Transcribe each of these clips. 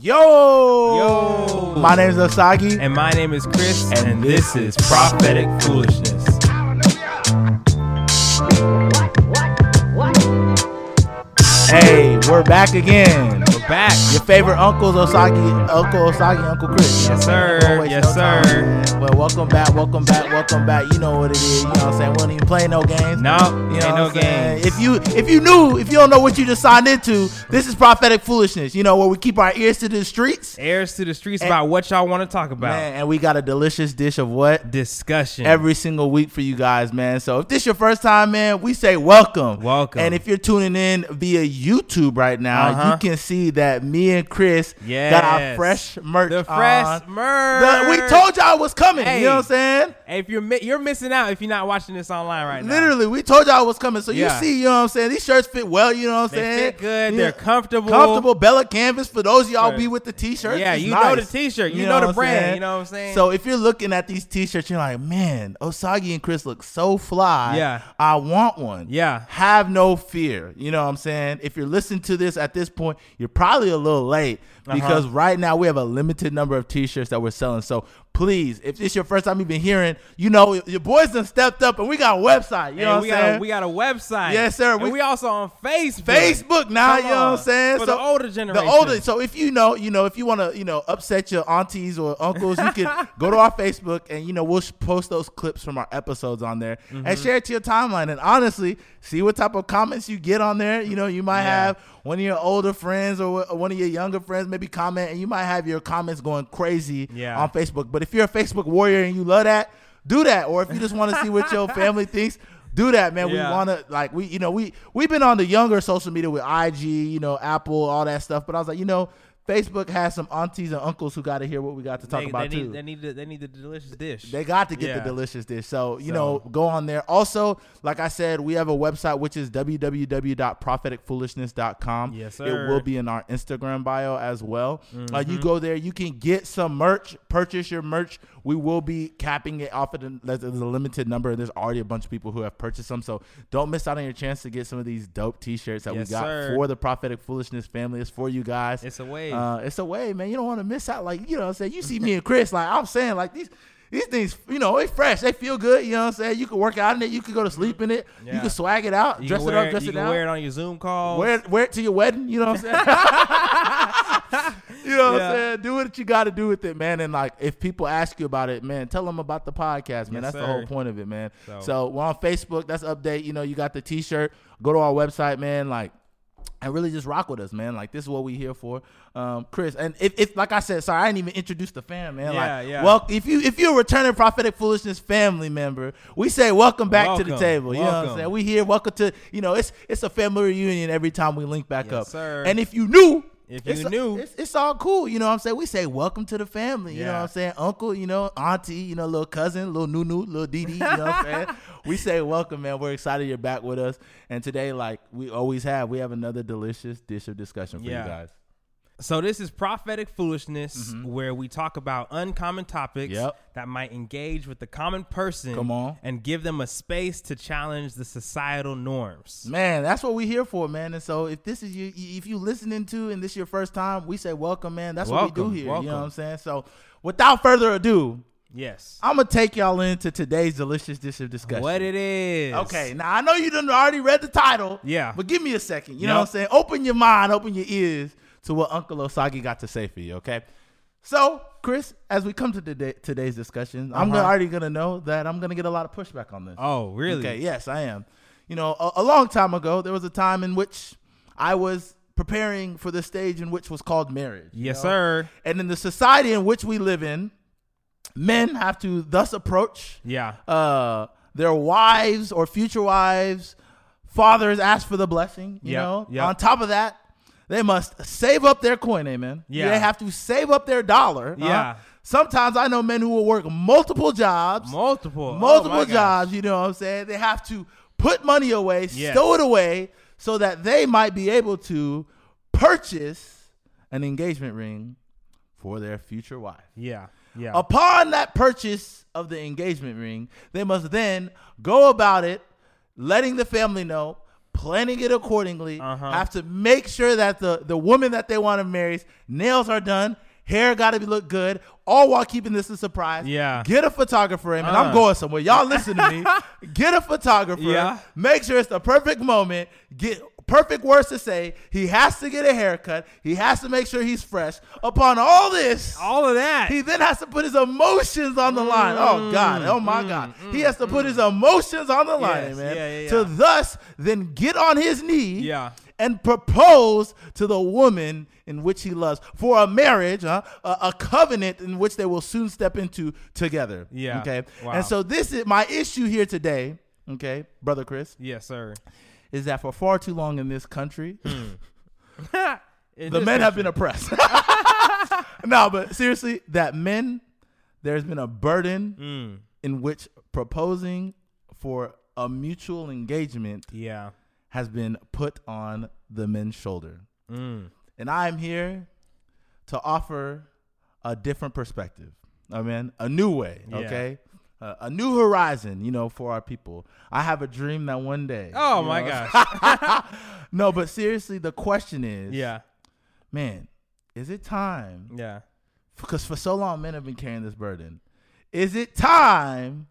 Yo! Yo! My name is Osagi. And my name is Chris, and, this is Prophetic Foolishness. hey, we're back again. We're back. Your favorite uncles, Osagi, Uncle Osagi, Uncle Chris. Yes, sir. Don't waste Yes, no time, sir. man. Well, welcome back, welcome back, welcome back. You know what it is. You know what I'm saying? We don't even play no games. No, You ain't know no what I'm saying? games. If you if you knew, if you don't know what you just signed into, this is prophetic foolishness. You know where we keep our ears to the streets, Airs to the streets about what y'all want to talk about. man, and we got a delicious dish of what Discussion. every single week for you guys, man. So if this your first time, man, we say welcome. Welcome. And if you're tuning in via YouTube right now, Uh-huh. you can see that me and Chris got our Yes. fresh merch. the fresh on. merch. The- we told y'all it was coming. Hey. You know what I'm saying? Hey, if you're mi- you're missing out if you're not watching this online right now. Literally, we told y'all it was coming. So Yeah. you see, you know what I'm saying? These shirts fit well, you know what I'm They saying? fit good. You They're know, comfortable. Comfortable Bella Canvas for those of y'all Sure. be with the t-shirts. Yeah, It's you nice. know the t-shirt. You know the what I'm brand, saying? you know what I'm saying? So if you're looking at these t-shirts, you're like, man, Osagi and Chris look so fly. Yeah. I want one. Yeah. Have no fear. You know what I'm saying? If you're listening to this at this point, you're probably a little late Uh-huh. because right now we have a limited number of t-shirts that we're selling. So please, if this your first time you've been hearing, you know your boys done stepped up and we got a website. You know and what we I'm got saying? a, we got a website. Yes, sir. And We- we, also on Facebook. Facebook now, Come you know what on. I'm saying? For the older generation. The older. So if you know, you know, if you want to, you know, upset your aunties or uncles, you can go to our Facebook and you know we'll sh- post those clips from our episodes on there and Mm-hmm. share it to your timeline. And honestly, see what type of comments you get on there. You know, you might Yeah. have one of your older friends or wh- one of your younger friends maybe comment, and you might have your comments going crazy Yeah. on Facebook. But if you're a Facebook warrior and you love that, do that. Or if you just want to see what your family thinks. Do that, man. Yeah. We want to uh, like we you know we we've been on the younger social media with IG, you know, Apple, all that stuff. But I was like, you know, Facebook has some aunties and uncles who got to hear what we got to talk they, about they too. Need, they need the, they need the delicious dish. They got to get Yeah. the delicious dish. So, you So- know, go on there. Also, like I said, we have a website which is www.propheticfoolishness.com. Yes, It sir. Mm-hmm. will be in our Instagram bio as well. Uh, you go there, you can get some merch, purchase your merch. We will be capping it off at a, there's a limited number. There's already a bunch of people who have purchased them. So don't miss out on your chance to get some of these dope t shirts that Yes, we got sir. for the Prophetic Foolishness family. It's for you guys. It's a wave. Uh, it's a way, man. You don't want to miss out. Like, you know what I'm saying? You see me and Chris, like, I'm saying, like, these these things, you know, they fresh. They feel good. You know what I'm saying? You can work out in it. You can go to sleep in it. You Yeah. can swag it out, you dress can it wear up, dress you it can wear out. it on your Zoom calls. Wear it, wear it to your wedding. You know what I'm saying? you know what I'm Yeah. saying? Do what you got to do with it, man. And, like, if people ask you about it, man, tell them about the podcast, man. Yes, That's the whole sir. point of it, man. So. So- we're on Facebook. That's update. You know, you got the t shirt. Go to our website, man. Like, and really just rock with us, man. Like this is what we here for, um, Chris. And if, if like I said, sorry, I didn't even introduce the fam, man. Yeah, like, yeah. Well, if you if you're a returning prophetic foolishness family member, we say welcome back to the Welcome, table. You know what I'm welcome. saying? We here, welcome to you know it's it's a family reunion every time we link back Yes, up. sir. And if you new. If it's, you new. it's, it's all cool. You know what I'm saying? We say welcome to the family. You know Yeah. what I'm saying? Uncle, you know, auntie, you know, little cousin, little nunu, little Didi. You know what I'm saying? We say welcome, man. We're excited you're back with us. And today, like we always have, we have another delicious dish of discussion for Yeah. you guys. So this is prophetic foolishness, where we talk about uncommon topics Mm-hmm. Yep. that might engage with the common person. Come on. and give them a space to challenge the societal norms. Man, that's what we here for, man. And so if this is you, if you listening to and this your first time, we say welcome, man. That's what Welcome, we do here. You know welcome. what I'm saying? So without further ado, Yes, I'm gonna take y'all into today's delicious dish of discussion. what it is? Okay, now I know you done already read the title. Yeah. But give me a second. You know Yep. what I'm saying? Open your mind, open your ears to what Uncle Osagi got to say for you, okay? So, Chris, as we come to today, today's discussion, I'm gonna- already going to know that I'm going to get a lot of pushback on this. Uh-huh. Oh, really? Okay, yes, I am. You know, a, a long time ago, there was a time in which I was preparing for the stage in which was called marriage. you Yes, know? sir. And in the society in which we live in, men have to thus approach Yeah. uh, their wives or future wives, fathers ask for the blessing. You Yep, know, yep. on top of that, they must save up their coin, amen. Yeah. They have to save up their dollar. huh? Yeah. Sometimes I know men who will work multiple jobs, Multiple. multiple Oh, my gosh. jobs, you know what I'm saying? They have to put money away, Yes. stow it away, so that they might be able to purchase an engagement ring for their future wife. Yeah. Yeah. Upon that purchase of the engagement ring, they must then go about it, letting the family know, planning it accordingly. Uh-huh. Have to make sure that the the woman that they want to marry, nails are done, hair got to be look good, all while keeping this a surprise. Yeah. get a photographer, in, and I'm Uh. going somewhere. Y'all listen to me. Get a photographer. Yeah. Make sure it's the perfect moment. Get perfect words to say. He has to get a haircut. He has to make sure he's fresh. Upon all this, all of that. he then has to put his emotions on the line. Oh God! Oh Mm, my God! he has to put his emotions on the line, Yes, man. yeah, yeah, yeah. To thus then get on his knee, Yeah. and propose to the woman in which he loves for a marriage, huh? a, a covenant in which they will soon step into together. Yeah. Okay. Wow. And so this is my issue here today. Okay, brother Chris, yes, sir. is that for far too long in this country, In the this men have country. been oppressed. no, but seriously, that men, there's been a burden Mm. in which proposing for a mutual engagement Yeah. has been put on the men's shoulder. Mm. And I'm here to offer a different perspective. I mean, a new way, Yeah. okay? Uh, a new horizon, you know, for our people. I have a dream that one day. Oh you my know? gosh. No, but seriously, the question is, yeah. Mm. man, is it time Yeah. because for so long men have been carrying this burden. Is it time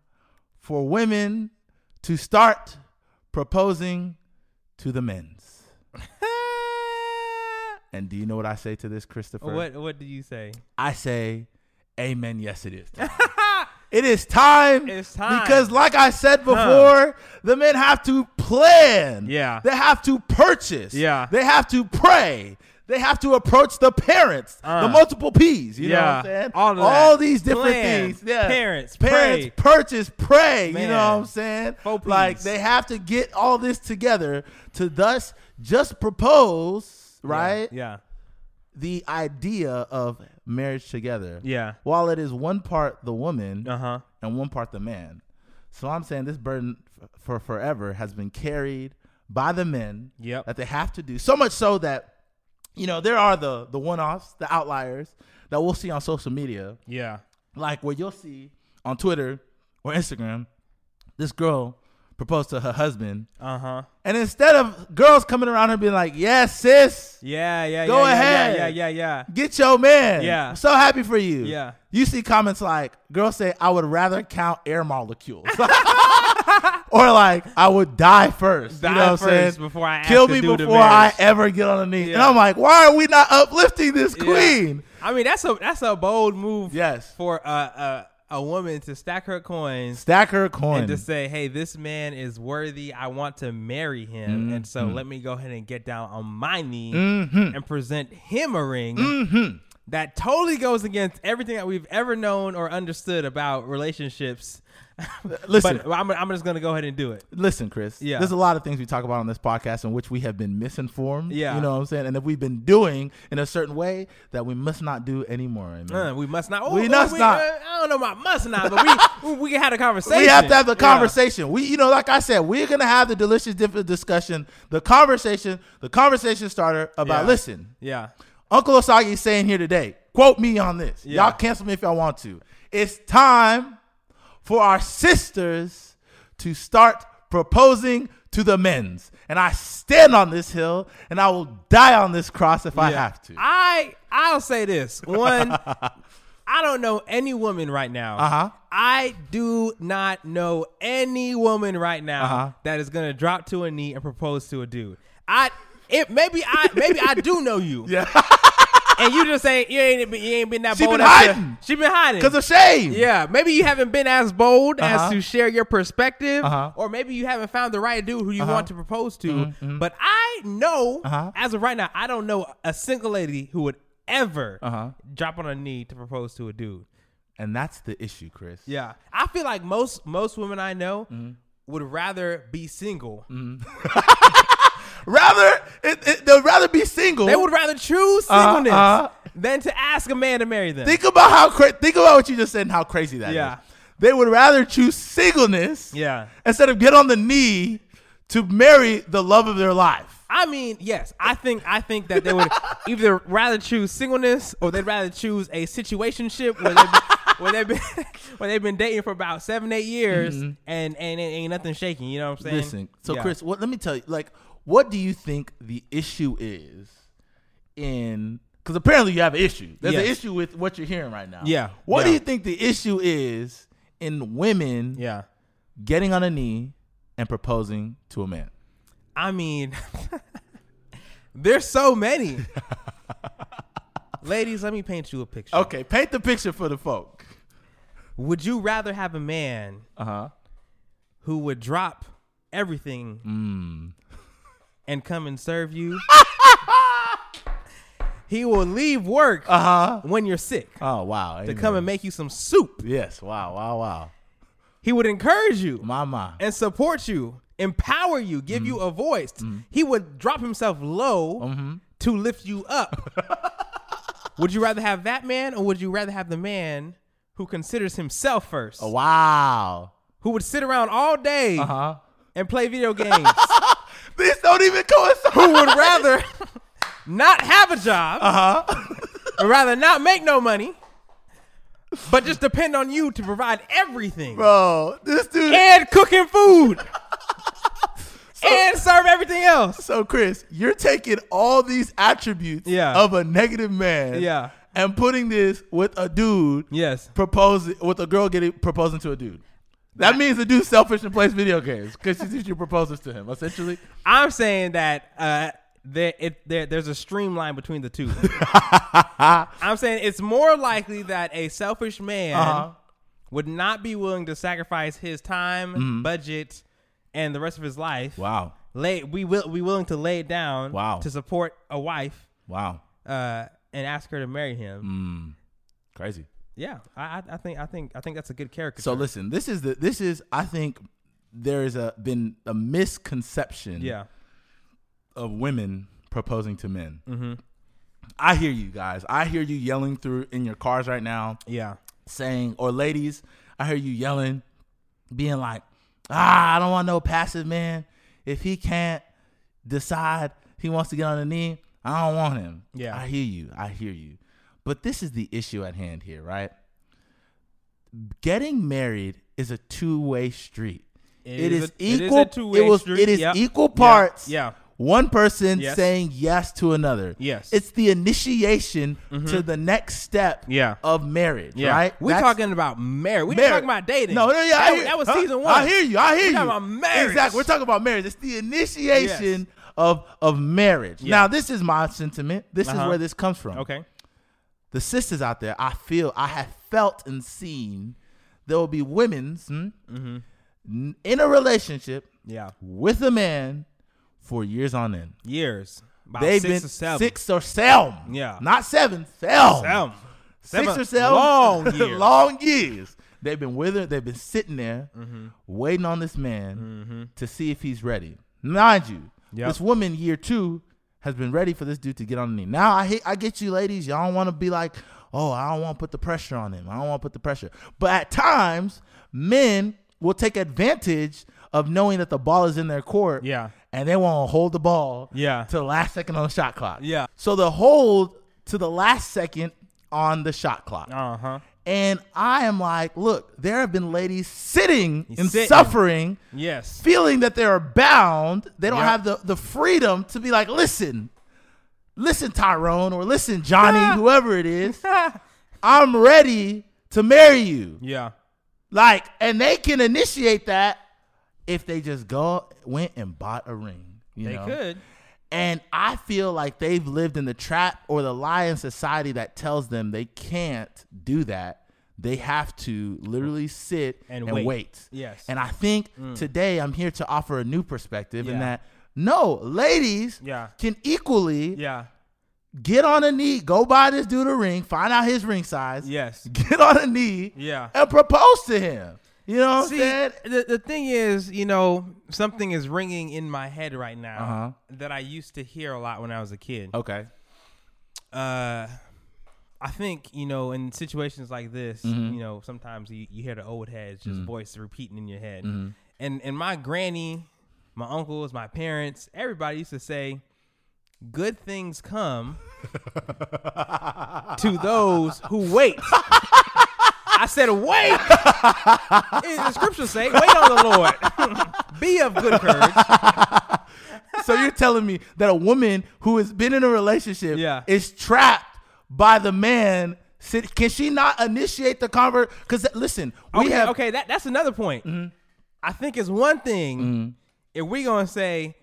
for women to start proposing to the men's? And do you know what I say to this, Christopher? What What do you say? I say, Amen. Yes, it is. time." it is time. It's time. Because, like I said before, Huh. the men have to plan. Yeah. They have to purchase. Yeah. They have to pray. They have to approach the parents, Uh. the multiple P's. You know what yeah. I'm saying? All of that. these different Plan. things. Yeah. Parents. Parents pray. purchase, pray. You Man. know what I'm saying? Four Ps. Like they have to get all this together to thus just propose, right? Yeah. the idea of marriage together. Yeah. While it is one part the woman Uh huh. and one part the man. So I'm saying this burden f- for forever has been carried by the men Yep. that they have to do. So much so that you know, there are the the one-offs, the outliers that we'll see on social media Yeah. like where you'll see on Twitter or Instagram this girl proposed to her husband Uh huh. and instead of girls coming around her being like, "Yes, sis, Yeah. Yeah. Go yeah, yeah, ahead. Yeah. Yeah. Yeah. Get your man. Yeah. I'm so happy for you. Yeah. You see comments like, girls say, I would rather count air molecules. or like, I would die first. you Die know what I'm saying? first before I Kill ask the me dude to before I marriage. ever get on a knee. And Yeah. I'm like, why are we not uplifting this Yeah. queen? I mean, that's a that's a bold move. Yes. For a a, a woman to stack her coins Stack her coin. and to say, "Hey, this man is worthy. I want to marry him, and so Mm-hmm. let me go ahead and get down on my knee and present him a ring." Mm-hmm. That totally goes against everything that we've ever known or understood about relationships. Listen. but I'm, I'm just gonna go ahead and do it. Listen, Chris. Yeah. There's a lot of things we talk about on this podcast in which we have been misinformed. Yeah. You know what I'm saying? And that we've been doing in a certain way that we must not do anymore. Amen. Uh, we must not. We ooh, must not. uh, I don't know about must not, but we we had a conversation. We have to have the Yeah. conversation. We, you know, like I said, we're gonna have the delicious diff- discussion, the conversation, the conversation starter about. Yeah. Listen, Yeah. Uncle Osagi is saying here today. Quote me on this. Yeah. Y'all cancel me if y'all want to. It's time for our sisters to start proposing to the men's. And I stand on this hill, and I will die on this cross if I Yeah. have to. I I'll say this. One, I don't know any woman right now. Uh-huh. I do not know any woman right now Uh-huh. that is gonna drop to a knee and propose to a dude. I it maybe I maybe I do know you. Yeah. and you just ain't you ain't been- you ain't been that She bold. been as to- hiding. she been hiding Because of shame. Yeah, maybe you haven't been as bold Uh-huh. as to share your perspective, Uh-huh. Mm-hmm, or maybe you haven't found the right dude who you want to propose to. But I know, Uh-huh. as of right now, I don't know a single lady who would ever Uh-huh. drop on a knee to propose to a dude. And that's the issue, Chris. Yeah, I feel like most most women I know Mm-hmm. would rather be single. Rather, it, it, they'd rather be single. They would rather choose Uh, singleness uh. than to ask a man to marry them. Think about how cra- think about what you just said and how crazy that is. Yeah. They would rather choose singleness yeah. instead of get on the knee to marry the love of their life. I mean, yes, I think I think that they would either rather choose singleness or they'd rather choose a situationship where they've been, where they've been, where they've been dating for about seven eight years and and it ain't nothing shaking. You know what I'm saying? Mm-hmm. Listen, so Yeah. Chris, what let me tell you, like What do you think the issue is in? Because apparently you have an issue. There's an Yes. issue with what you're hearing right now. Yeah, What do yeah. you think the issue is in women Yeah. getting on a knee and proposing to a man? I mean, there's so many. Ladies, let me paint you a picture. Okay, paint the picture for the folk. Would you rather have a man Uh huh. who would drop everything and come and serve you? he will leave work Uh huh. when you're sick Oh wow. to come and make you some soup. Yes. Wow. Wow. Wow. He would encourage you Mama. and support you, empower you, give you a voice. He would drop himself low to lift you up. would you rather have that man or would you rather have the man who considers himself first? Oh, Wow. Who would sit around all day Uh huh. and play video games? These don't even coincide. who would rather not have a job, Uh huh. or rather not make no money, but just depend on you to provide everything Bro, this dude. and cooking food and serve everything else? so Chris, you're taking all these attributes Yeah. of a negative man, Yeah. and putting this with a dude Yes. proposing with a girl getting proposing to a dude. That means the dude's selfish and plays video games because she's usually proposes to him. Essentially, I'm saying that uh, there, it, there, there's a streamline between the two. I'm saying it's more likely that a selfish man Uh-huh. would not be willing to sacrifice his time, budget, and the rest of his life. wow, Lay, we will be willing to lay it down Wow. to support a wife wow, uh, and ask her to marry Mm. him. crazy. Yeah, I, I- I think I think I think that's a good character. So listen, this is the this is I think there is a been a misconception yeah, of women proposing to men. I hear you guys. I hear you yelling through in your cars right now, yeah, saying, or ladies, I hear you yelling, being like, ah, I don't want no passive man. If he can't decide he wants to get on the knee, I don't want him. Yeah. I hear you. I hear you. But this is the issue at hand here, right? Getting married is a two way street. it is, a- equal. a It, two-way was. street. It is Yep. equal Yeah. parts. Yeah, One person Yes. saying yes to another. Yes. Mm-hmm. It's the initiation to the next step Yeah. of marriage, yeah. right? We're That's- talking about marriage. We're not marriage. talking about dating. No, no, yeah. I that, hear- that was huh? season one. I hear you. I hear We're you. talking about marriage. Exactly. We're talking about marriage. It's the initiation of of marriage. Yeah. Now, this is my sentiment. This Uh-huh. is where this comes from. Okay. The sisters out there, I feel, I have felt and seen there will be women's hmm, Mm-hmm. n- in a relationship Yeah. with a man for years on end. Years. About They've six been or seven. six or seven. Yeah. Not seven, seven. Seven. Six Seven or seven. Long years. long years. They've been with her. They've been sitting there Mm-hmm. waiting on this man to see if he's ready. Mind you, Yep. this woman, year two, has been ready for this dude to get on the knee. Now, I, hate, I get you, ladies. Y'all don't want to be like, oh, I don't want to put the pressure on him. I don't want to put the pressure. But at times, men will take advantage of knowing that the ball is in their court Yeah. and they want to hold the ball Yeah. to the last second on the shot clock. Yeah. So the hold to the last second on the shot clock. Uh huh. And I am like, look, there have been ladies sitting and sitting. suffering, Yes. feeling that they are bound. They don't Yep. have the, the freedom to be like, listen, listen, Tyrone, or listen, Ah. Johnny, whoever it is, I'm ready to marry you. yeah. Like, and they can initiate that if they just go went and bought a ring. You They know? could. And I feel like they've lived in the trap or the lie in society that tells them they can't do that. They have to literally sit And and, wait. wait. Yes. Mm. And I think today I'm here to offer a new perspective Yeah. in that no, ladies Yeah. can equally Yeah. get on a knee, go buy this dude a ring, find out his ring size, Yes. get on a knee, Yeah. and propose to him. You know what See, I'm saying? the, the thing is, you know, something is ringing in my head right now Uh-huh. that I used to hear a lot when I was a kid. Okay. Uh, I think, you know, in situations like this, you know, sometimes you, you hear the old heads just voice repeating in your head. And, and my granny, my uncles, my parents, everybody used to say, good things come to those who wait. I said, wait. In the scriptures say, wait on the Lord. Be of good courage. so you're telling me that a woman who has been in a relationship Yeah. is trapped by the man? Sit- Can she not initiate the convert? Because listen, we okay, have Mm-hmm. okay. That that's another point. I think it's one thing if we gonna say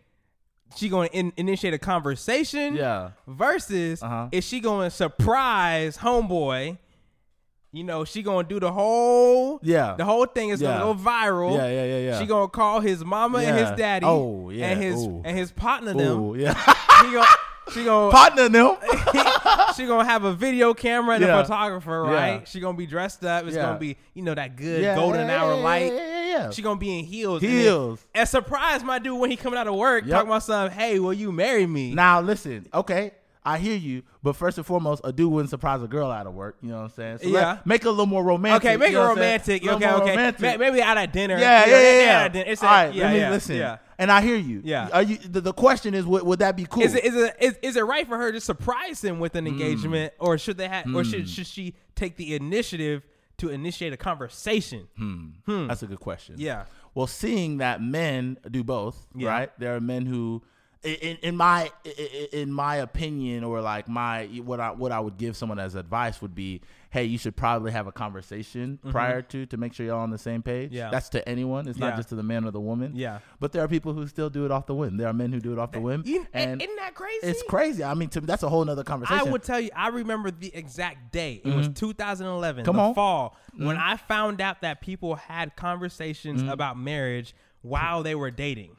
she gonna in, initiate a conversation, Yeah. Versus Uh-huh. is she gonna surprise homeboy? You know, she gonna do the whole Yeah. The whole thing is Yeah. gonna go viral. Yeah, yeah, yeah, yeah. She gonna call his mama and Yeah. his daddy. Oh, yeah. and his Ooh. and his partner them. Ooh, yeah, She gonna she gonna partner them. she gonna have a video camera and Yeah. a photographer, Yeah. right? She gonna be dressed up. It's Yeah. gonna be you know that good Yeah, golden yeah, hour yeah, light. yeah, yeah, yeah. She gonna be in heels. and then- Heels. And, surprise my dude when he coming out of work, Yep. talking about something. Hey, will you marry me? Now listen, okay, I hear you, but first and foremost, a dude wouldn't surprise a girl out of work. You know what I'm saying? So let- Yeah. make it a little more romantic. okay, make you it know what I'm saying? romantic. Little Okay, more okay. romantic. Ma- maybe out at dinner. yeah, You yeah, yeah. know, they- they yeah. out at dinner. It's a- All right, yeah, let me yeah, listen. yeah. And I hear you. Yeah. Are you the, the question is would, would that be cool? Is it, is it is is it right for her to surprise him with an Mm. engagement, or should they have, or should should she take the initiative to initiate a conversation? Hmm. That's a good question. Yeah. Well, seeing that men do both, Yeah. right? There are men who, i- in, in my i- i- in my opinion, or like my what I what I would give someone as advice would be, hey, you should probably have a conversation prior to to make sure you're all on the same page. Mm-hmm. Yeah. That's to anyone. It's not Yeah. just to the man or the woman. Yeah. But there are people who still do it off the whim. There are men who do it off the whim, You- and isn't that crazy? it's crazy. I mean, to, that's a whole nother I conversation. would tell you, I remember the exact day. It was 2011, Mm-hmm. Come the on. Mm-hmm. fall, when I found out that people had conversations about marriage while they were dating.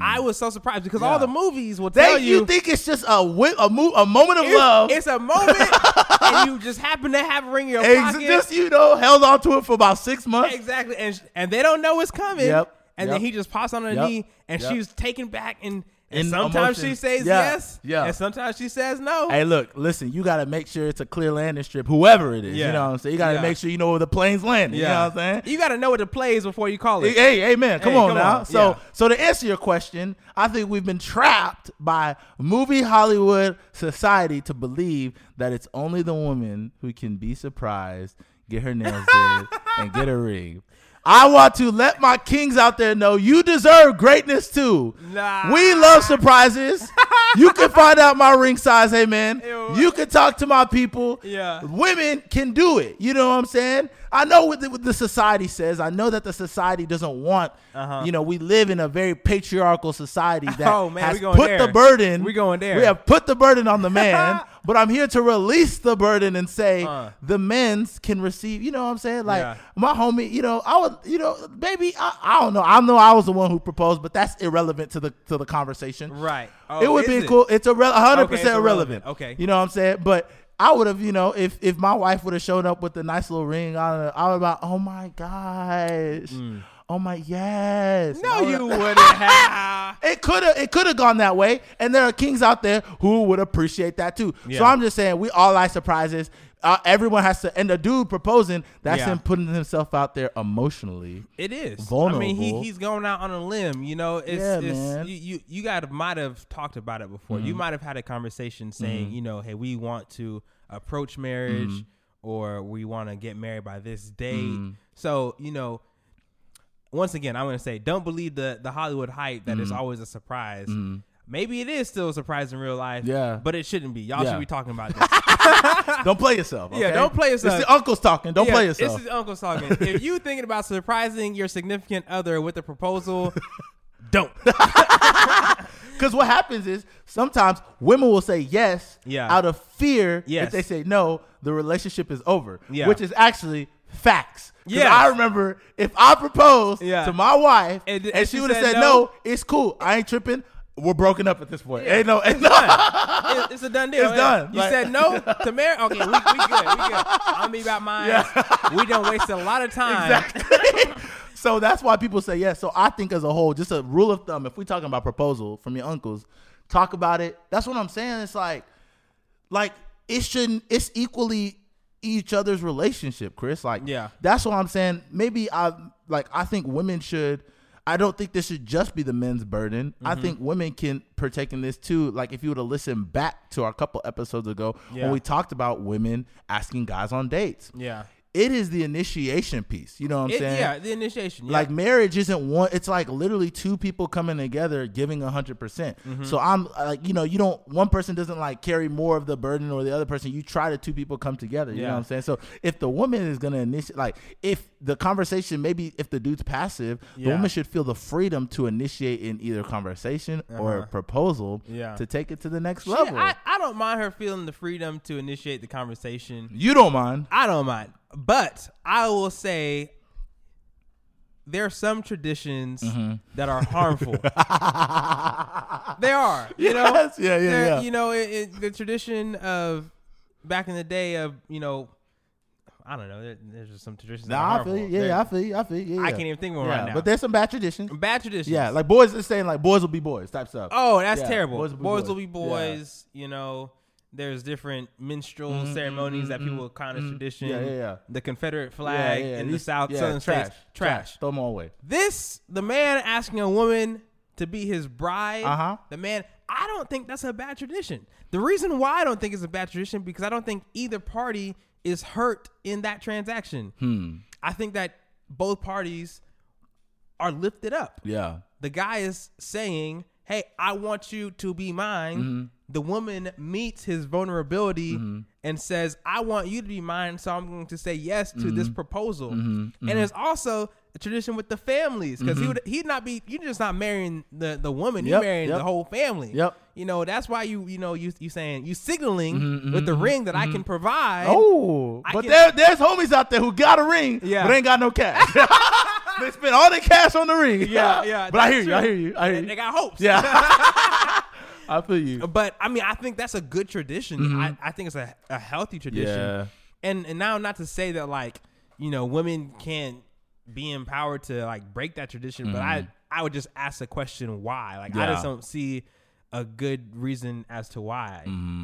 I was so surprised because all the movies will Hmm. They- tell you, you, think it's just a wi- a, mo- a moment of it's, love. it's a moment and you just happen to have a ring in your Ex- pocket. just you know, held on to it for about six months. exactly. And, sh- and they don't know it's coming. Yep, And yep, then he just pops on her yep, knee and yep. she's taken back and. And In sometimes emotion. she says Yeah, yes, yeah. and sometimes she says no. Hey, look, listen, you got to make sure it's a clear landing strip, whoever it is. You Yeah. know what I'm saying? You got to Yeah. make sure you know where the plane's landing. You know what I'm saying? You got to know what the play is before you call it. Hey, amen. Come Hey, on come now. on. So, Yeah. so to answer your question, I think we've been trapped by movie Hollywood society to believe that it's only the woman who can be surprised, get her nails did, and get a ring. I want to let my kings out there know you deserve greatness too. Nah. We love surprises. you can find out my ring size, hey man. Ew. You can talk to my people. Yeah. Women can do it. You know what I'm saying? I know what the, what the society says. I know that the society doesn't want. Uh-huh. You know, we live in a very patriarchal society that Oh, man, has we going put there. the burden. We going there. We have put the burden on the man. but I'm here to release the burden and say Uh. the men's can receive. You know what I'm saying? Like Yeah. my homie. You know, I would. You know, baby. I, I don't know. I know I was the one who proposed, but that's irrelevant to the to the conversation. Right. it Oh, would is be it? cool. It's a hundred Okay, it's percent irrelevant. irrelevant. Okay. You know what I'm saying? But I would have, you know, if if my wife would have shown up with a nice little ring on, I would have. Oh my gosh. Oh my yes. And I Mm. No, would've- you wouldn't have. It could have it could have gone that way, and there are kings out there who would appreciate that too. So Yeah. I'm just saying, we all like surprises. Uh, everyone has to, and the dude proposing, that's Yeah. him putting himself out there emotionally. It is Vulnerable. I mean, he, he's going out on a limb. You know, it's, Yeah, it's man. Mm-hmm. you you, you got might have talked about it before. You might have had a conversation saying, you know, hey, we want to approach marriage, Mm-hmm. or we want to get married by this date. So you know, once again, I'm gonna say, don't believe the the Hollywood hype that Mm-hmm. it's always a surprise. Maybe it is still a surprise in real life. Yeah. but it shouldn't be. Y'all Yeah. should be talking about this. Don't play yourself. Yeah, okay? don't play yourself. It's the uncle's talking. Don't Yeah, play yourself. This is Uncle talking. if you thinking about surprising your significant other with a proposal, don't. Because what happens is sometimes women will say yes Yeah. out of fear. If Yes. they say no, the relationship is over, Yeah. which is actually facts. 'Cause Yes. I remember if I proposed Yeah. to my wife and, And- and she, she would have said said, no, no? it's cool. I ain't tripping. We're broken up at this point. Ain't no, ain't no. Done. It- it's a done deal. It's Yeah. done. You Like- said no to marriage. Okay, we, we good. We good. I'm be about mine. We don't waste a lot of time. Exactly. so that's why people say yes. So I think as a whole, just a rule of thumb, if we're talking about proposal from your uncles, talk about it. That's what I'm saying. It's like, like it shouldn't. It's equally each other's relationship, Chris. Like, Yeah. that's what I'm saying. Maybe I like. I think women should. I don't think this should just be the men's burden. I Mm-hmm. think women can partake in this too. Like if you were to listen back to our couple episodes ago Yeah. when we talked about women asking guys on dates Yeah. it is the initiation piece. You know what I'm It- saying? yeah, the initiation. yeah. Like marriage isn't one. It's like literally two people coming together, giving hundred percent. Mm-hmm. So I'm like, you know, you don't. One person doesn't like carry more of the burden, or the other person. You try to two people come together. You know Yeah. what I'm saying? So if the woman is gonna initiate, like, if the conversation, maybe if the dude's passive, the Yeah. woman should feel the freedom to initiate in either conversation or proposal Uh-huh. Yeah. to take it to the next Shit, level. I, I don't mind her feeling the freedom to initiate the conversation. you don't mind. I don't mind. But I will say there are some traditions Mm-hmm. that are harmful. they are. You know? Yes, yeah, yeah, There- yeah. You know, it, it, the tradition of back in the day of, you know, I don't know. There, there's just some traditions that are Nah, I harmful. feel you. Yeah, There- I feel you. I feel you. Yeah, I yeah. can't even think of one Yeah, right now. But there's some bad traditions. Bad traditions. Yeah, like boys is saying like boys will be boys type stuff. Oh, that's Yeah, terrible. boys Boys will will be be boys. boys. Yeah. You know, there's different minstrel ceremonies that people count as tradition. Mm-hmm, Yeah, yeah, yeah. The Confederate flag in the South Southern trash, states. Trash. Throw them all away. This the man asking a woman to be his bride. Uh-huh. The man. I don't think that's a bad tradition. The reason why I don't think it's a bad tradition because I don't think either party is hurt in that transaction. I think that both parties are lifted up Yeah. the guy is saying, "Hey, I want you to be mine." Mm-hmm. The woman meets his vulnerability and says, "I want you to be mine, so I'm going to say yes to Mm-hmm. this proposal." And it's also a tradition with the families because he would he'd not be you're just not marrying the the woman, Mm-hmm. Yep, you're marrying yep. the whole family. Yep. You know that's why you you know you you saying you signaling with the ring that I can provide. Mm-hmm, Oh, I but can- there, there's homies out there who got a ring, Yeah. but ain't got no cash. they spent all their cash on the ring. Yeah, yeah. but I that's hear you. I true. hear you. I hear They- you. They got hopes. yeah. I feel you. But I mean, I think that's a good tradition. I, I think it's a, a healthy tradition. Mm-hmm. Yeah. And and now not to say that like, you know, women can't be empowered to like break that tradition, but I I would just ask the question why. Like I Mm-hmm. Yeah. just don't see a good reason as to why.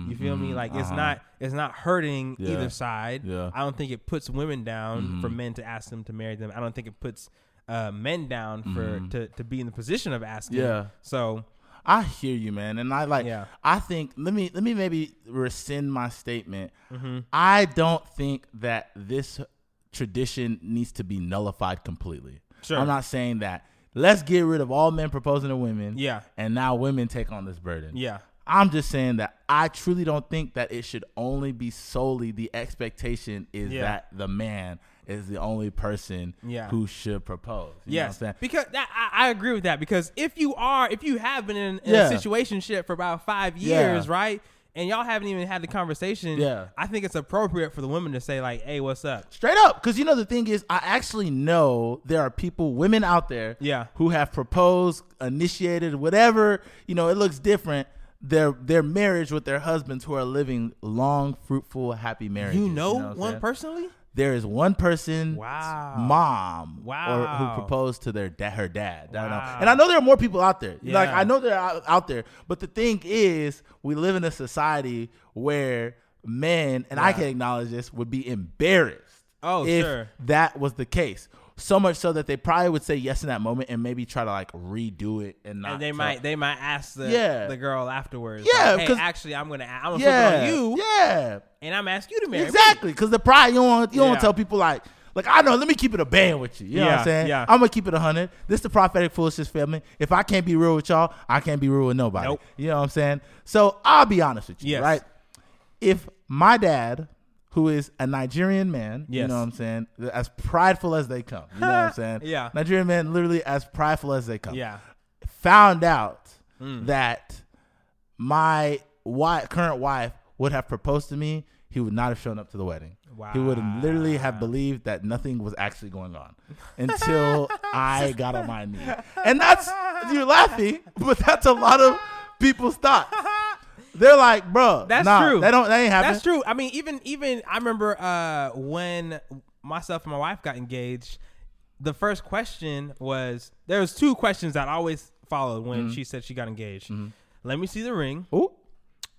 You feel me? Like it's not it's not hurting Mm-hmm. Uh-huh. Yeah. either side. Yeah. Mm-hmm. I don't think it puts women down for men to ask them to marry them. I don't think it puts uh, men down for to, to be in the position of asking. Mm-hmm. Yeah. So I hear you, man, and I like. Yeah. I think let me let me maybe rescind my statement. Mm-hmm. I don't think that this tradition needs to be nullified completely. Sure. I'm not saying that. Let's get rid of all men proposing to women. Yeah. and now women take on this burden. yeah. I'm just saying that I truly don't think that it should only be solely the expectation is Yeah. that the man is the only person Yeah. who should propose. You know what I'm Yes, saying? because that, I, I agree with that. Because if you are, if you have been in, in Yeah. a situation shit for about five Yeah. years, right, and y'all haven't even had the conversation, Yeah. I think it's appropriate for the women to say like, "Hey, what's up?" Straight up, because you know the thing is, I actually know there are people, women out there, Yeah. who have proposed, initiated, whatever. You know, it looks different. Their their marriage with their husbands who are living long, fruitful, happy marriages. You know, what I'm one saying? personally? There is one person, Wow. mom, or, Wow. who proposed to their da- her dad. I don't know. Wow. And I know there are more people out there. Like Yeah. I know they're out, out there, but the thing is, we live in a society where men, and I Yeah. can acknowledge this, would be embarrassed Oh, if sure. that was the case. So much so that they probably would say yes in that moment and maybe try to like redo it and not. And they tell- might, they might ask the Yeah. the girl afterwards. Yeah, like, hey, 'cause- actually, I'm gonna, I'm gonna yeah, flip it on you, yeah, and I'm asking you to marry me. exactly. Because the pride, you don't, want- you don't Yeah. tell people like. Like I know, let me keep it a band with you. You know what I'm Yeah, saying? yeah. I'm gonna keep it a hundred. This the prophetic foolishness family. If I can't be real with y'all, I can't be real with nobody. Nope. You know what I'm saying? So I'll be honest with you, Yes. right? If my dad, who is a Nigerian man, you Yes. know what I'm saying, as prideful as they come, you know what I'm saying? Yeah. Nigerian man, literally as prideful as they come Yeah, found out Hmm. that my wife, current wife would have proposed to me, he would not have shown up to the wedding. He would have literally have believed that nothing was actually going on until I got on my knee. And that's, you're laughing, but that's a lot of people's thoughts. They're like, bro, That's nah, true. That don't, that ain't happening. that's true. I mean, even even I remember uh, when myself and my wife got engaged. The first question was there was two questions that I always followed when she said she got engaged. Let me see the ring, Ooh,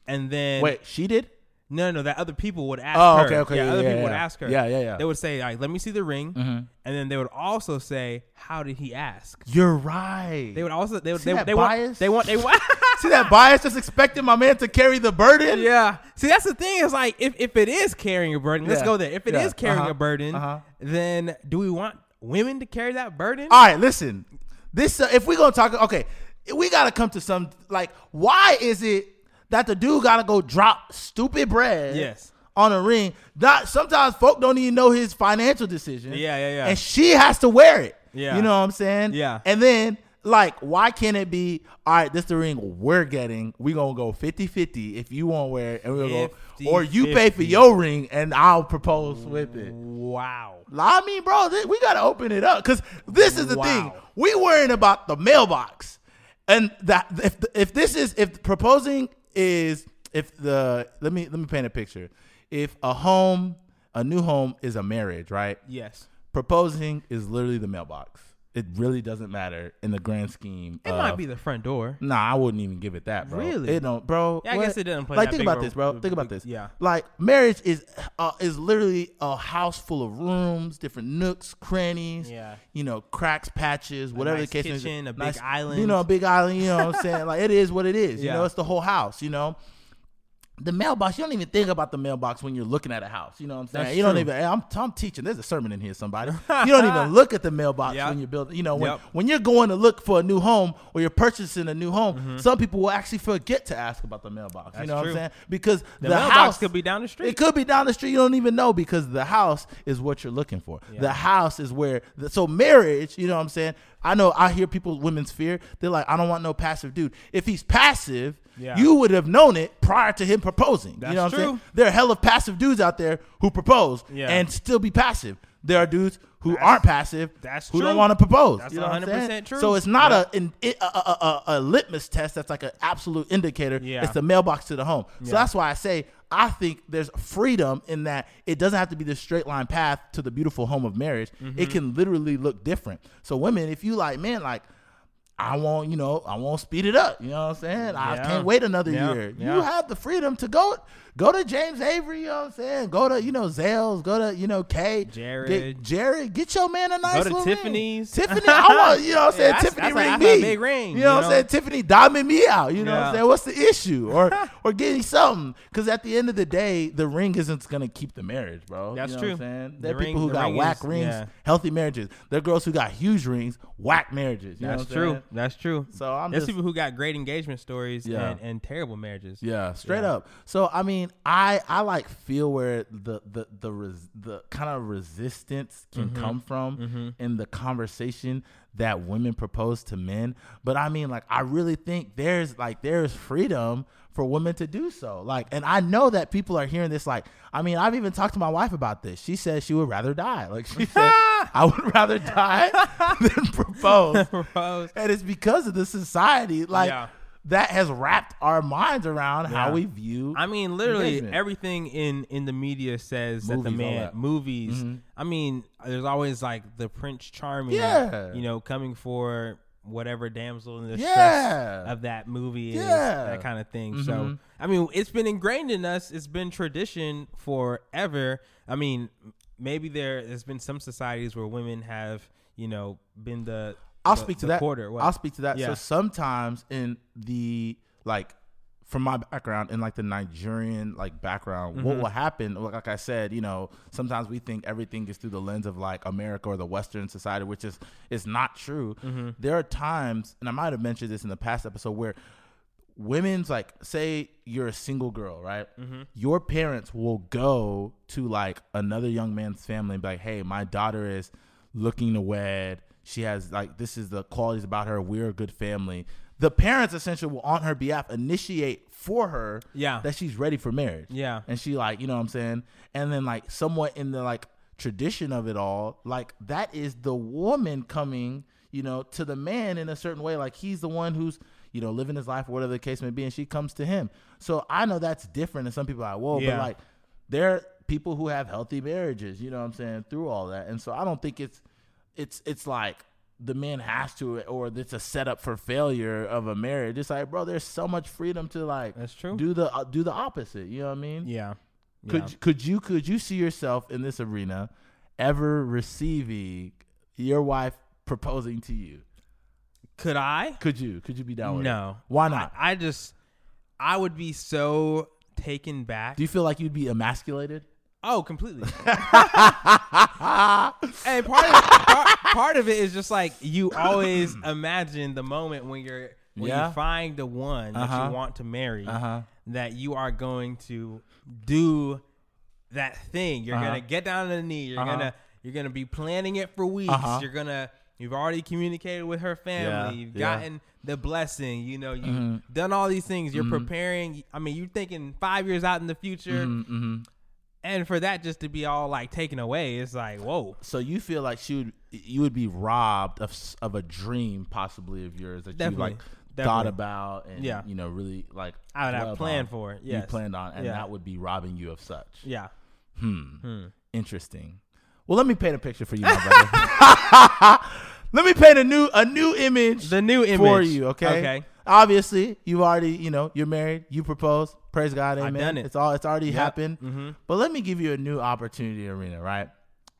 and then wait, she did? no, no, that other people would ask. Oh, her. okay, okay, yeah, yeah, other yeah, people would yeah. ask her. Yeah, yeah, yeah. They would say like, "Let me see the ring," and then they would also say, "How did he ask?" You're right. They would also they would See they, that they want bias? they want they want See that bias just expecting my man to carry the burden? Yeah. See, that's the thing is like if, if it is carrying a burden, let's Yeah. go there. If it is Yeah. carrying Uh-huh. a burden, Uh-huh. Uh, then do we want women to carry that burden? All right, listen. This uh, if we're gonna talk, okay, we gotta come to some like why is it that the dude gotta go drop stupid bread? Yes. On a ring, not sometimes folk don't even know his financial decision. Yeah, yeah, yeah. And she has to wear it. Yeah. you know what I'm saying. Yeah. and then like, why can't it be? All right, this the ring we're getting. We gonna go 50-50 if you won't wear it, and we're gonna go, or you pay for 50-50. your ring and I'll propose with it. Wow. I mean, bro, th- we gotta open it up because this is the Wow. thing. We worrying about the mailbox, and that if if this is if proposing is if the let me let me paint a picture. If a home, a new home is a marriage, right? Yes. Proposing is literally the mailbox. It really doesn't matter in the grand scheme. It might be the front door. Nah, I wouldn't even give it that, bro. Really? It don't, bro. Yeah, I what? guess it doesn't play Like, that think big about role. this, bro. Think about this. Yeah. Like, marriage is uh, is literally a house full of rooms, different nooks, crannies. Yeah. You know, cracks, patches, whatever nice the case may kitchen, be. a big island. You know, a big island. You know what I'm saying? Like, it is what it is. Yeah. You know, it's the whole house. You know. The mailbox, you don't even think about the mailbox when you're looking at a house. You know what I'm saying? That's you don't true. even, I'm, I'm teaching, there's a sermon in here, somebody. You don't even look at the mailbox Yep. when you're building, you know, when, Yep. when you're going to look for a new home or you're purchasing a new home, some people will actually forget to ask about the mailbox. you Mm-hmm. That's know what true. I'm saying? Because The, the, mailbox house could be down the street. It could be down the street. You don't even know because the house is what you're looking for. The house is where. The, so marriage, you know what I'm saying? I know I hear people women's fear. They're like, I don't want no passive dude. If he's passive, Yeah. you would have known it prior to him proposing. That's you know what true. I'm saying? There are hella passive dudes out there who propose Yeah. and still be passive. There are dudes who aren't passive that's who true. don't want to propose. That's You know what I'm 100% saying? true. So it's not a, an, i- a, a, a, a litmus test that's like an absolute indicator. Yeah. It's the mailbox to the home. So that's why I say I think there's freedom in that it doesn't have to be the straight line path to the beautiful home of marriage. Mm-hmm. It can literally look different. So women, if you like, man, like I won't, you know, I won't speed it up. You know what I'm saying? I Yeah. can't wait another Yeah. year. Yeah. You have the freedom to go go to James Avery, you know what I'm saying? Go to, you know, Zales, go to, you know, Kay. Jared. Get, Jared, get your man a nice to little ring. Tiffany's. Tiffany, I want, you know what I'm saying? Yeah, that's- Tiffany that's a- ring that's me. a big You ring, know you what know? I'm saying? Tiffany diamond me out. You know what Yeah. I'm saying? What's the issue? Or or getting something. Because at the end of the day, the ring isn't gonna keep the marriage, bro. That's you know true. What I'm saying? The There are ring- people who the got ring whack is- rings, yeah. healthy marriages. There are girls who got huge rings, whack marriages. You know what That's I'm true. saying? That's true. So I'm There's just- people who got great engagement stories Yeah. and, and terrible marriages. Yeah, straight up. So I mean, I I like feel where the the the res, the kind of resistance can come from in the conversation that women propose to men. But I mean, like I really think there's like there's freedom for women to do so. Like, and I know that people are hearing this. Like, I mean, I've even talked to my wife about this. She says she would rather die. Like she said, I would rather die than propose. Propose. And it's because of the society, like Yeah. that has wrapped our minds around how Yeah. we view. I mean, literally Engagement. everything in in the media says that Movies, the all man that. Mm-hmm. movies. I mean, there's always like the Prince Charming, Yeah. you know, coming for whatever damsel in the Yeah. stress of that movie is, Yeah. that kind of thing. So, I mean, it's been ingrained in us. It's been tradition forever. I mean, maybe there there's been some societies where women have, you know, been the I'll the- speak to the that. Quarter. What? I'll speak to that. Yeah. So sometimes in the like from my background in like the Nigerian like background, Mm-hmm. what will happen? Like, like I said, you know, sometimes we think everything is through the lens of like America or the Western society, which is is not true. Mm-hmm. There are times, and I might have mentioned this in the past episode, where women's like say you're a single girl right Mm-hmm. your parents will go to like another young man's family and be like hey my daughter is looking to wed she has like this is the qualities about her we're a good family the parents essentially will on her behalf initiate for her Yeah. that she's ready for marriage Yeah. and she like you know what i'm saying and then like somewhat in the like tradition of it all like that is the woman coming you know to the man in a certain way like he's the one who's you know living his life or whatever the case may be and she comes to him so i know that's different and some people are like whoa Yeah. but like there are people who have healthy marriages you know what i'm saying through all that and so i don't think it's it's it's like the man has to or it's a setup for failure of a marriage it's like bro there's so much freedom to like That's true. do the uh, do the opposite you know what i mean yeah. could Yeah. could you could you see yourself in this arena ever receiving your wife proposing to you? Could I? Could you? Could you be down with it? No. Why not? I, I just, I would be so taken back. Do you feel like you'd be emasculated? oh, completely. and part of, part, part of it is just like you always imagine the moment when you're when Yeah. you find the one that Uh-huh. you want to marry Uh-huh. that you are going to do that thing. You're Uh-huh. gonna get down on the knee. You're Uh-huh. gonna you're gonna be planning it for weeks. Uh-huh. You're gonna you've already communicated with her family. Yeah, You've yeah. Mm-hmm. gotten the blessing. You know you've done all these things. You're preparing. I mean, you're thinking five years out in the future, Mm-hmm. and for that just to be all like taken away, it's like whoa. So you feel like she would, you would be robbed of s- of a dream possibly of yours that Definitely. you like thought Definitely. about and Yeah. you know really like I would have dwelled planned on. for it, uh, You yes. planned on, and Yeah. that would be robbing you of such. Yeah. Interesting. Well, let me paint a picture for you, my brother. let me paint a new a new image The new image for you. Okay. Okay. Obviously, you've already you know you're married. You proposed. Praise God. Amen. done it. It's all. It's already Yep. Mm-hmm. happened. But let me give you a new opportunity, Arena. Right.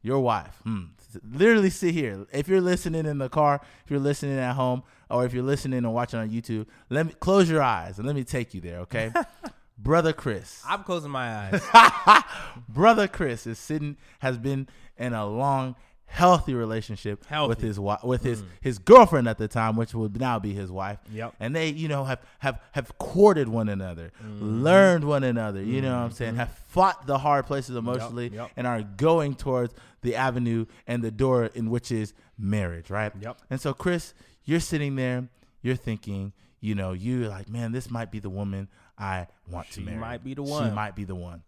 Your wife. Hmm. Literally sit here. If you're listening in the car, if you're listening at home, or if you're listening and watching on YouTube, let me close your eyes and let me take you there. Okay. brother Chris. I'm closing my eyes. Brother Chris is sitting has been in a long, healthy relationship Healthy. Mm. with his wife, with his his girlfriend at the time, which would now be his wife. Yep. And they, you know, have have have courted one another, Mm-hmm. learned one another. You know what I'm saying? Have fought the hard places emotionally, yep. and are going towards the avenue and the door in which is marriage, right? Yep. And so, Chris, you're sitting there, you're thinking, you know, you're like, man, this might be the woman I want She to marry. might be the She one. might be the one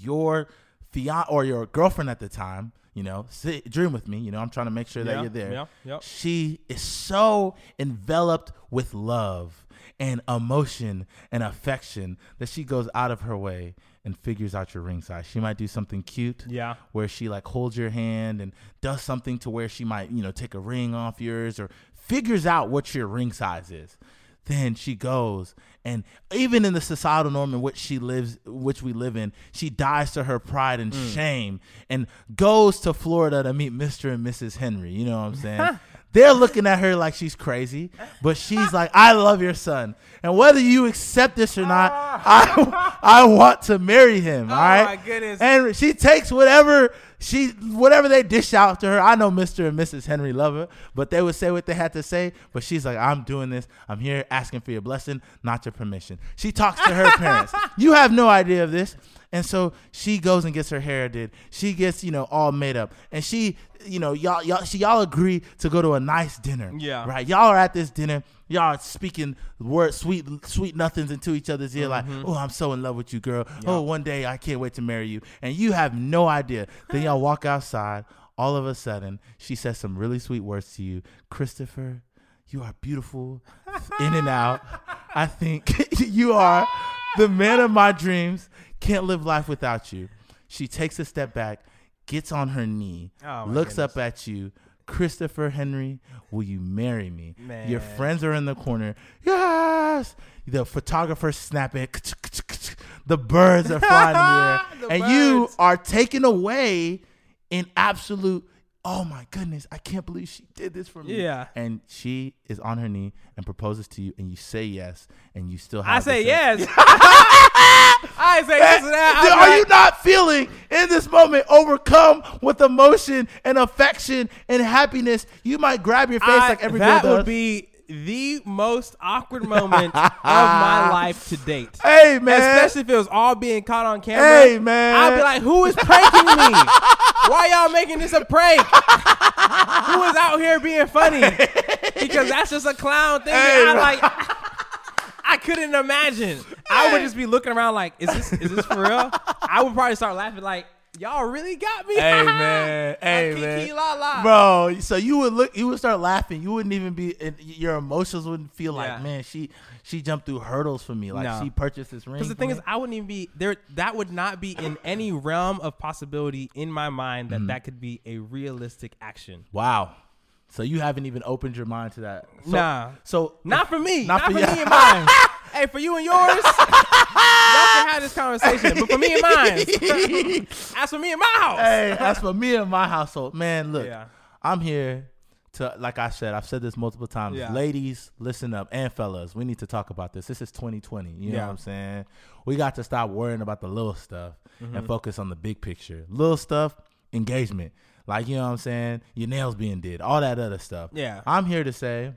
your fian or your girlfriend at the time, you know, sit, dream with me. You know, I'm trying to make sure that Yeah, you're there. yeah, yep. She is so enveloped with love and emotion and affection that she goes out of her way and figures out your ring size. She might do something cute Yeah. where she like holds your hand and does something to where she might, you know, take a ring off yours or figures out what your ring size is. Then she goes and even in the societal norm in which she lives which we live in, she dies to her pride and Mm. shame and goes to Florida to meet Mr. and Mrs. Henry. You know what I'm saying? They're looking at her like she's crazy, but she's like, I love your son. And whether you accept this or not, I, I want to marry him. all right. Oh my goodness. And she takes whatever she whatever they dish out to her. I know Mr. and Mrs. Henry love her, but they would say what they had to say. But she's like, I'm doing this. I'm here asking for your blessing, not your permission. She talks to her parents. You have no idea of this. And so she goes and gets her hair did. She gets, you know, all made up. And she, you know, y'all y'all she y'all agree to go to a nice dinner. Yeah. Right. Y'all are at this dinner. Y'all are speaking word sweet sweet nothings into each other's ear Mm-hmm. like, "Oh, I'm so in love with you, girl. Oh, one day I can't wait to marry you." And you have no idea. Then y'all walk outside. All of a sudden, she says some really sweet words to you. Christopher, you are beautiful in and out. I think you are the man of my dreams. Can't live life without you. She takes a step back, gets on her knee, Oh, my looks up at you. Christopher Henry, will you marry me? Your Man. friends are in the corner. Yes. The photographer's snapping. The birds are flying in the air. The and you birds. are taken away in absolute, oh my goodness, I can't believe she did this for me. Yeah. And she is on her knee and proposes to you, and you say yes, and you still have I the say same- yes. I say yes to that. Dude, I'm are like- you not feeling in this moment overcome with emotion and affection and happiness? You might grab your face I- like every girl that does. would be the most awkward moment of my life to date. hey man, Especially if it was all being caught on camera. Hey, man. I'd be like, who is pranking me? Why y'all making this a prank? who is out here being funny? Because that's just a clown thing. Hey, I like I couldn't imagine. I would just be looking around like, is this is this for real? I would probably start laughing like, y'all really got me. Hey, man. Hey, Kiki man. la la. bro. So you would look, you would start laughing. You wouldn't even be, and your emotions wouldn't feel Yeah. like, man, she she jumped through hurdles for me. Like No. she purchased this ring. Because the for thing me. is, I wouldn't even be there. That would not be in any realm of possibility in my mind that Mm-hmm. that could be a realistic action. wow. So you haven't even opened your mind to that. So, Nah. So Not for me. Not for Not, for, you. me and mine. hey, for you and yours, y'all can have this conversation. But for me and mine, as for me and my house, hey, as for me and my household, man, look, Yeah. I'm here to like I said, I've said this multiple times. Yeah. Ladies, listen up, and fellas, we need to talk about this. This is 2020. You know Yeah. what I'm saying? We got to stop worrying about the little stuff Mm-hmm. and focus on the big picture. Little stuff, engagement, like you know what I'm saying. Your nails being did, all that other stuff. Yeah. I'm here to say.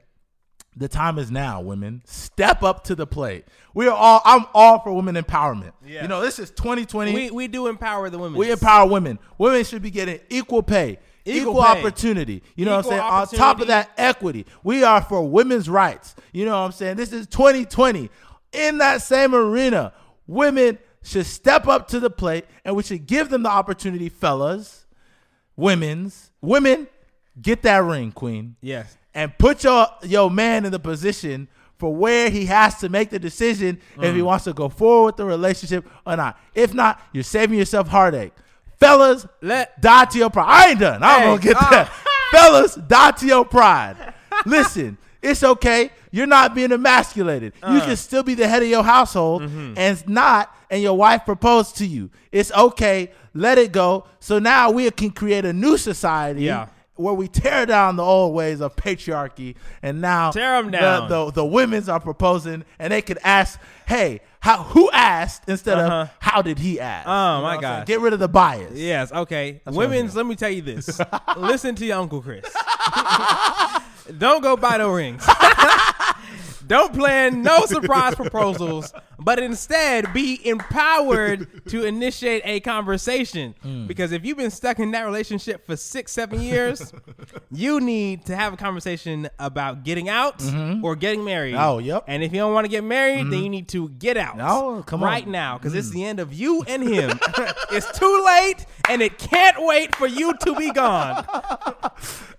The time is now, women. Step up to the plate. We are all. I'm all for women empowerment. Yeah. You know, this is 2020. We we do empower the women. We empower women. Women should be getting equal pay, equal, Equal pay. opportunity. You know Equal what I'm saying? On top of opportunity. that, equity. We are for women's rights. You know what I'm saying? This is 2020. In that same arena, women should step up to the plate and we should give them the opportunity, fellas, women's, women, get that ring, queen Yes. and put your your man in the position for where he has to make the decision if Mm. he wants to go forward with the relationship or not. If not, you're saving yourself heartache. Fellas, Let- die to your pride. I ain't done. I'm Hey, gonna get ah. there. Fellas, die to your pride. Listen, it's okay. You're not being emasculated. Uh. you can still be the head of your household Mm-hmm. and not and your wife proposed to you. It's okay. Let it go. So now we can create a new society Yeah. where we tear down the old ways of patriarchy and now Tear 'em the- down. The, the, women's are proposing and they could ask hey how who asked instead of Uh-huh. how did he ask Oh, my what I'm saying? gosh. get rid of the bias Yes. Okay. what I'm Women's. Let me tell you this. Listen to your uncle Chris. Don't go buy no rings. Don't plan no surprise proposals, but instead be empowered to initiate a conversation. Hmm. Because if you've been stuck in that relationship for six, seven years, you need to have a conversation about getting out or getting married. Oh, yep. Mm-hmm. And if you don't want to get married, then you need to get out. No, come on. Mm. right now, because it's the end of you and him. it's too late, and it can't wait for you to be gone.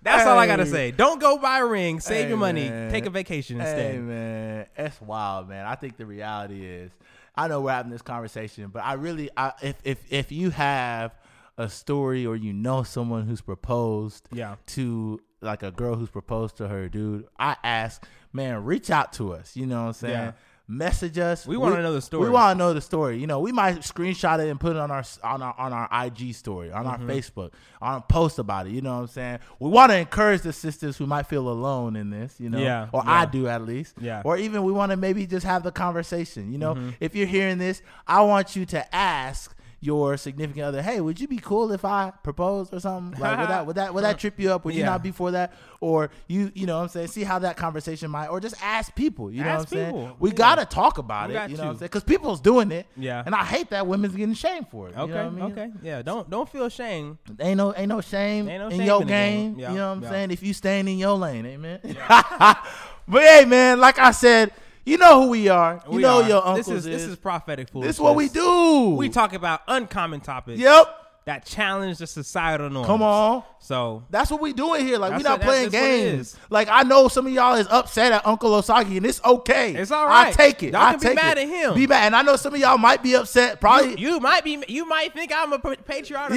That's all I gotta Hey. say. Don't go buy a ring. Save Hey, your money. man. Take a vacation hey instead. man that's wild man i think the reality is i know we're having this conversation but i really I, if, if if you have a story or you know someone who's proposed Yeah. to like a girl who's proposed to her dude i ask man reach out to us you know what i'm saying Yeah. message us We wanna know the story. we want to know the story you know we might screenshot it and put it on our on our on our ig story on Mm-hmm. our facebook on a post about it you know what i'm saying we want to encourage the sisters who might feel alone in this you know Yeah, or i yeah. do at least Yeah. Mm-hmm. or even we want to maybe just have the conversation you know if you're hearing this i want you to ask your significant other hey would you be cool if i proposed or something like would that would that would that trip you up would you Yeah. not be for that or you you know what i'm saying see how that conversation might or just ask people you know Ask what i'm saying people. we Yeah. gotta talk about We it got you know what i'm to. saying because people's doing it Yeah. and i hate that women's getting shamed for it you know Okay. what I mean? Okay. Yeah. Don't don't feel shame. Ain't no ain't no shame Ain't no in shame your in the game. game. Yeah, You know what I'm yeah. saying? If you staying in your lane, amen. but hey, man, like I said, you know who we are. You We know are. who your uncles This is, is. this is prophetic foolishness. This is what we do. We talk about uncommon topics Yep. that challenge the societal norms. Come on. So That's what we doing here. Like we That's not what- playing that's- that's what it games. is. Like I know some of y'all is upset at Uncle Osagi, and it's okay. It's all I right. take it. Y'all I can be take mad it. at him. Be mad. And I know some of y'all might be upset. Probably. you might be you might think I'm a pa- patriotic.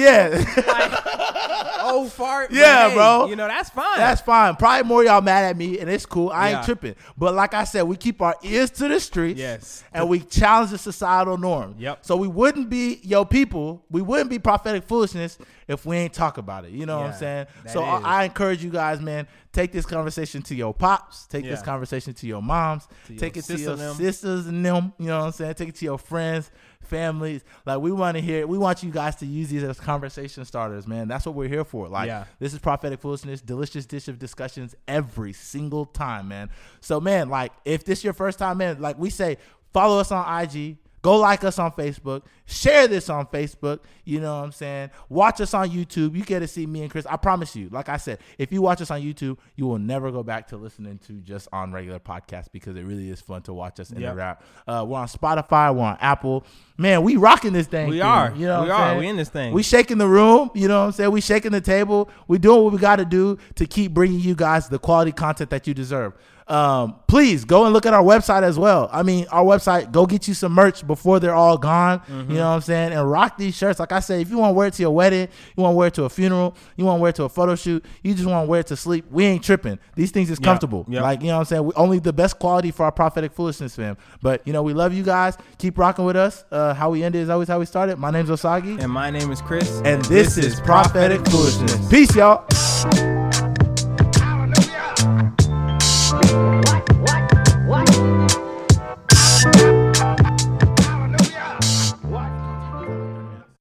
yeah. Like, oh fart. but Yeah, hey, bro. You know that's fine. That's fine. Probably more of y'all mad at me, and it's cool. I ain't Yeah. tripping. But like I said, we keep our ears to the streets. Yes. And we challenge the societal norm. Yep. So we wouldn't be yo people. We wouldn't be prophetic foolishness if we ain't talk about it. You know what I'm Yeah, saying? that So I, is. I encourage you guys, man. Take this conversation to your pops. Take this Yeah. conversation to your moms. your take it to sister your and them. sisters and them. You know what I'm saying? Take it to your friends, families. Like we want to hear. We want you guys to use these as conversation starters, man. That's what we're here for. Like Yeah. this is prophetic foolishness, delicious dish of discussions every single time, man. So, man, like if this your first time, man, like we say, follow us on IG, go like us on Facebook, share this on Facebook. You know what I'm saying? Watch us on YouTube. You get to see me and Chris. I promise you. Like I said, if you watch us on YouTube, you will never go back to listening to just on regular podcasts because it really is fun to watch us interact. Uh, we're on Spotify. We're on Apple. Man, we rocking this thing. We thing, are. You know, We what I'm are. saying? We in this thing. We shaking the room. You know what I'm saying? We shaking the table. We doing what we got to do to keep bringing you guys the quality content that you deserve. Um, please go and look at our website as well. I mean, our website. Go get you some merch before they're all gone. You know what I'm saying? And rock these shirts. Like I said, if you want to wear it to your wedding, you want to wear it to a funeral, you want to wear it to a photo shoot, you just want to wear it to sleep. We ain't tripping. These things is comfortable. Yep. Like you know what I'm saying? We, only the best quality for our prophetic foolishness, fam. But you know, we love you guys. Keep rocking with us. Uh, how we ended is always how we started. My name's Osagi and my name is Chris. and this is prophetic foolishness. Peace, y'all.